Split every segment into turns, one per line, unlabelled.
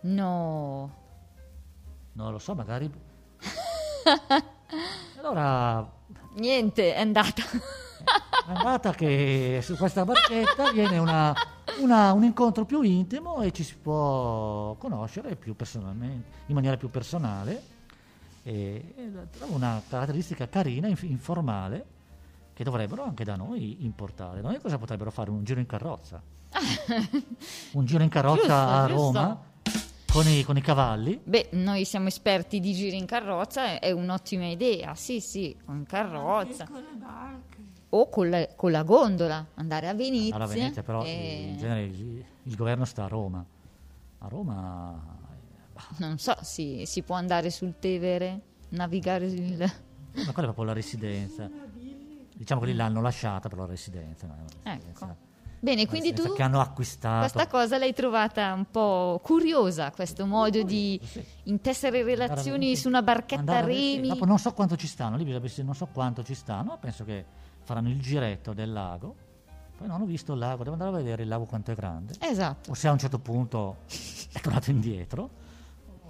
No.
Non lo so, magari... allora,
Niente, è andata.
è andata che su questa barchetta viene una- una- un incontro più intimo e ci si può conoscere più personalmente, in maniera più personale. E, e la- trovo una caratteristica carina, inf- informale, che dovrebbero anche da noi importare. Noi cosa potrebbero fare? Un giro in carrozza. un giro in carrozza
Giusto,
a
giusto.
Roma con i, con i cavalli.
Beh, noi siamo esperti di giri in carrozza, è un'ottima idea. Sì, sì, o in carrozza
Con le barche.
o con la, con la gondola, andare a Venezia.
Alla Venezia, però eh,
e-
in genere il, il governo sta a Roma. A Roma
Non so, sì, si può andare sul Tevere, navigare il...
eh, Ma quella è proprio la residenza. Diciamo che lì l'hanno lasciata per la residenza. ma è una residenza-
Ecco.
una
Bene, quindi
residenza
tu
Che hanno acquistato.
questa cosa l'hai trovata un po' curiosa, questo modo di intessere relazioni su una barchetta a
Andare a vedere-
remi.
Dopo non so quanto ci stanno, lì bisogna vedere, non so quanto ci stanno, ma penso che faranno il giretto del lago. Poi non ho visto il lago, devo andare a vedere il lago quanto è grande.
Esatto.
O se a un certo punto è tornato indietro.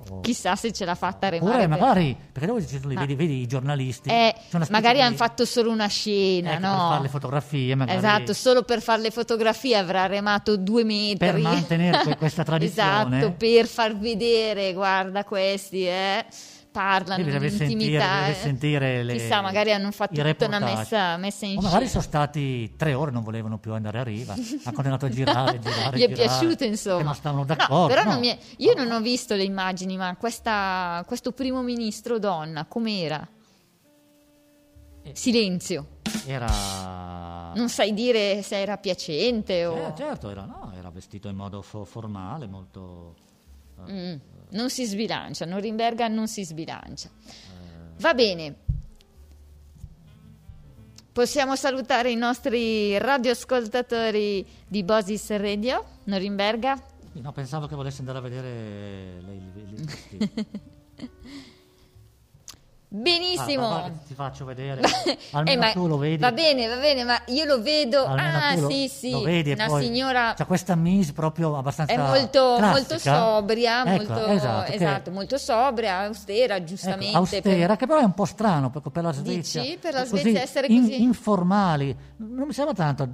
O...
Chissà se ce l'ha fatta a remare.
Oppure
per-
magari, perché dopo ci sono lì,
Ma-
vedi, vedi i giornalisti,
Eh,
c'è una specie
magari
di-
hanno fatto solo una scena,
ecco,
no?
per fare le fotografie, magari
Esatto, solo per fare le fotografie avrà remato due metri.
Per mantenere que- questa tradizione. eh.
Esatto, per far vedere, guarda questi, eh, parlano
Quindi
di
deve sentire,
intimità.
deve
eh.
sentire le-
Chissà, magari hanno fatto
i
tutta una
reportage.
messa, messa in
O magari
scena.
sono stati tre ore, non volevano più andare a riva, hanno continuato a girare, girare.
Gli è
girare,
piaciuto,
che
insomma.
Non stavano
No,
d'accordo.
però
no.
non mi è- io non ho visto le immagini, ma questa- questo primo ministro donna, com'era?
Eh.
Silenzio.
Era.
Non sai dire se era piacente o...
Eh, certo, era, no, era vestito in modo fo- formale, molto. eh,
Mm, non si sbilancia, Norimberga non si sbilancia.
eh,
Va bene. Possiamo salutare i nostri radioascoltatori di Bosis Radio, Norimberga.
No, pensavo che volesse andare a vedere le, le- le- le-
Benissimo.
Ah, va- va- ti faccio vedere. Almeno
Eh, ma-
tu lo vedi.
Va bene, va bene, ma io lo vedo.
Almeno
ah,
tu lo-
sì, sì.
lo vedi e
una
poi
signora
c'ha questa mise proprio abbastanza
è molto,
classica.
molto sobria,
Ecco,
molto,
esatto, che-
esatto, molto sobria, austera,
ecco,
giustamente.
austera, che però è un po' strano per, per la Svezia.
Dici? Per la
Così,
Svezia essere
in-
così?
informali, non mi sembra tanto.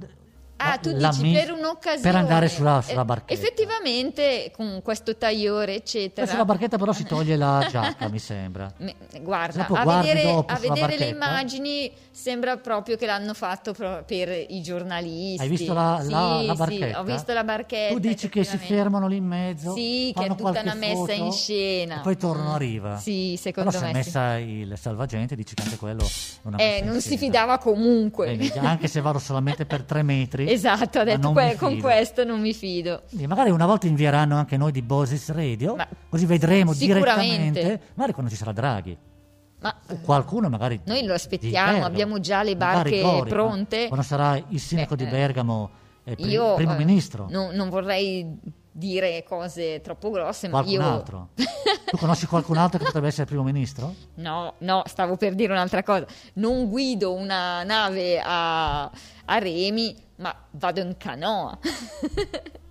Ah,
la-
tu
la
dici
mise-
per un'occasione.
Per andare sulla,
Eh,
sulla barchetta.
Effettivamente, con questo tagliore,
Poi
eccetera.
Sulla barchetta però si toglie la giacca, mi sembra.
Me- Guarda,
Dopo
a
guardi
vedere,
dopo
a
sulla
vedere le
barchetta.
immagini sembra proprio che l'hanno fatto pro- per i giornalisti.
Hai visto la,
Sì,
la- la
sì,
barchetta?
ho visto la barchetta.
Tu dici che si
effettivamente.
fermano lì in mezzo?
Sì, che è
fanno
tutta
qualche
una messa in
foto,
scena.
E poi tornano
Mm.
a riva.
Sì, secondo
Però
me
se è
sì.
messa il salvagente, dici che anche quello è una
Eh,
messa in
non si
scena.
fidava comunque.
Eh, minchia, anche se vado solamente per tre metri.
esatto, ha
ma
detto
non
"Que-
mi
con
fido".
questo non mi fido.
Quindi magari una volta invieranno anche noi di Bosis Radio,
Ma-
così vedremo
Sicuramente.
direttamente, magari quando ci sarà Draghi,
Ma
o qualcuno magari...
Eh. Noi lo aspettiamo,
di Bergamo,
abbiamo già le
magari
barche
Gori,
pronte.
ma Quando sarà il sindaco
Beh,
di
eh,
Bergamo e pri-
io
primo
eh,
ministro,
no- non vorrei dire cose troppo grosse, ma
qualcun
io
altro. tu conosci qualcun altro che potrebbe essere primo ministro?
No, no, stavo per dire un'altra cosa. Non guido una nave a, a remi, ma vado in canoa.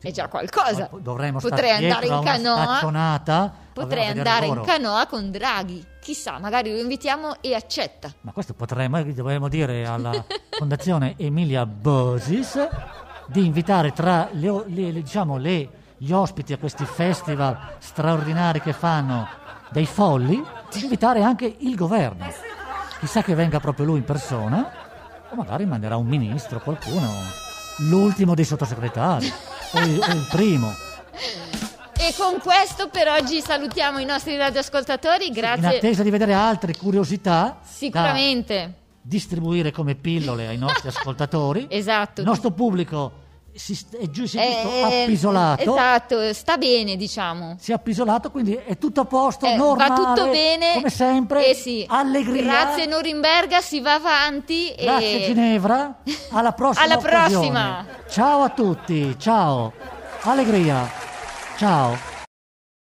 È già qualcosa.
Poi Dovremmo
Potrei
stare
andare
dietro
in
a una
canoa.
staccionata,
Potrei
a vedere
andare in
loro.
canoa con Draghi. Chissà, magari lo invitiamo e accetta.
Ma questo potremmo, dovremmo dire alla Fondazione Emilia Bosis di invitare tra le, o- le- le- diciamo, le- gli ospiti a questi festival straordinari che fanno dei folli, di invitare anche il governo. Chissà che venga proprio lui in persona, o magari manderà un ministro, qualcuno, l'ultimo dei sottosegretari, o il, o il primo.
E con questo per oggi salutiamo i nostri radioascoltatori.
In
Grazie.
attesa di vedere altre curiosità. da-
Sicuramente.
distribuire come pillole ai nostri ascoltatori.
Esatto.
Il nostro pubblico si st- è giù si è tutto
Eh,
appisolato.
Esatto, sta bene, diciamo.
Si è appisolato, quindi è tutto a posto,
Eh,
normale,
va tutto bene.
come sempre,
Eh sì.
allegria.
Grazie eh. Norimberga, si va avanti. e-
Grazie, Ginevra, alla prossima
Alla prossima.
occasione. Ciao a tutti, ciao, allegria, ciao.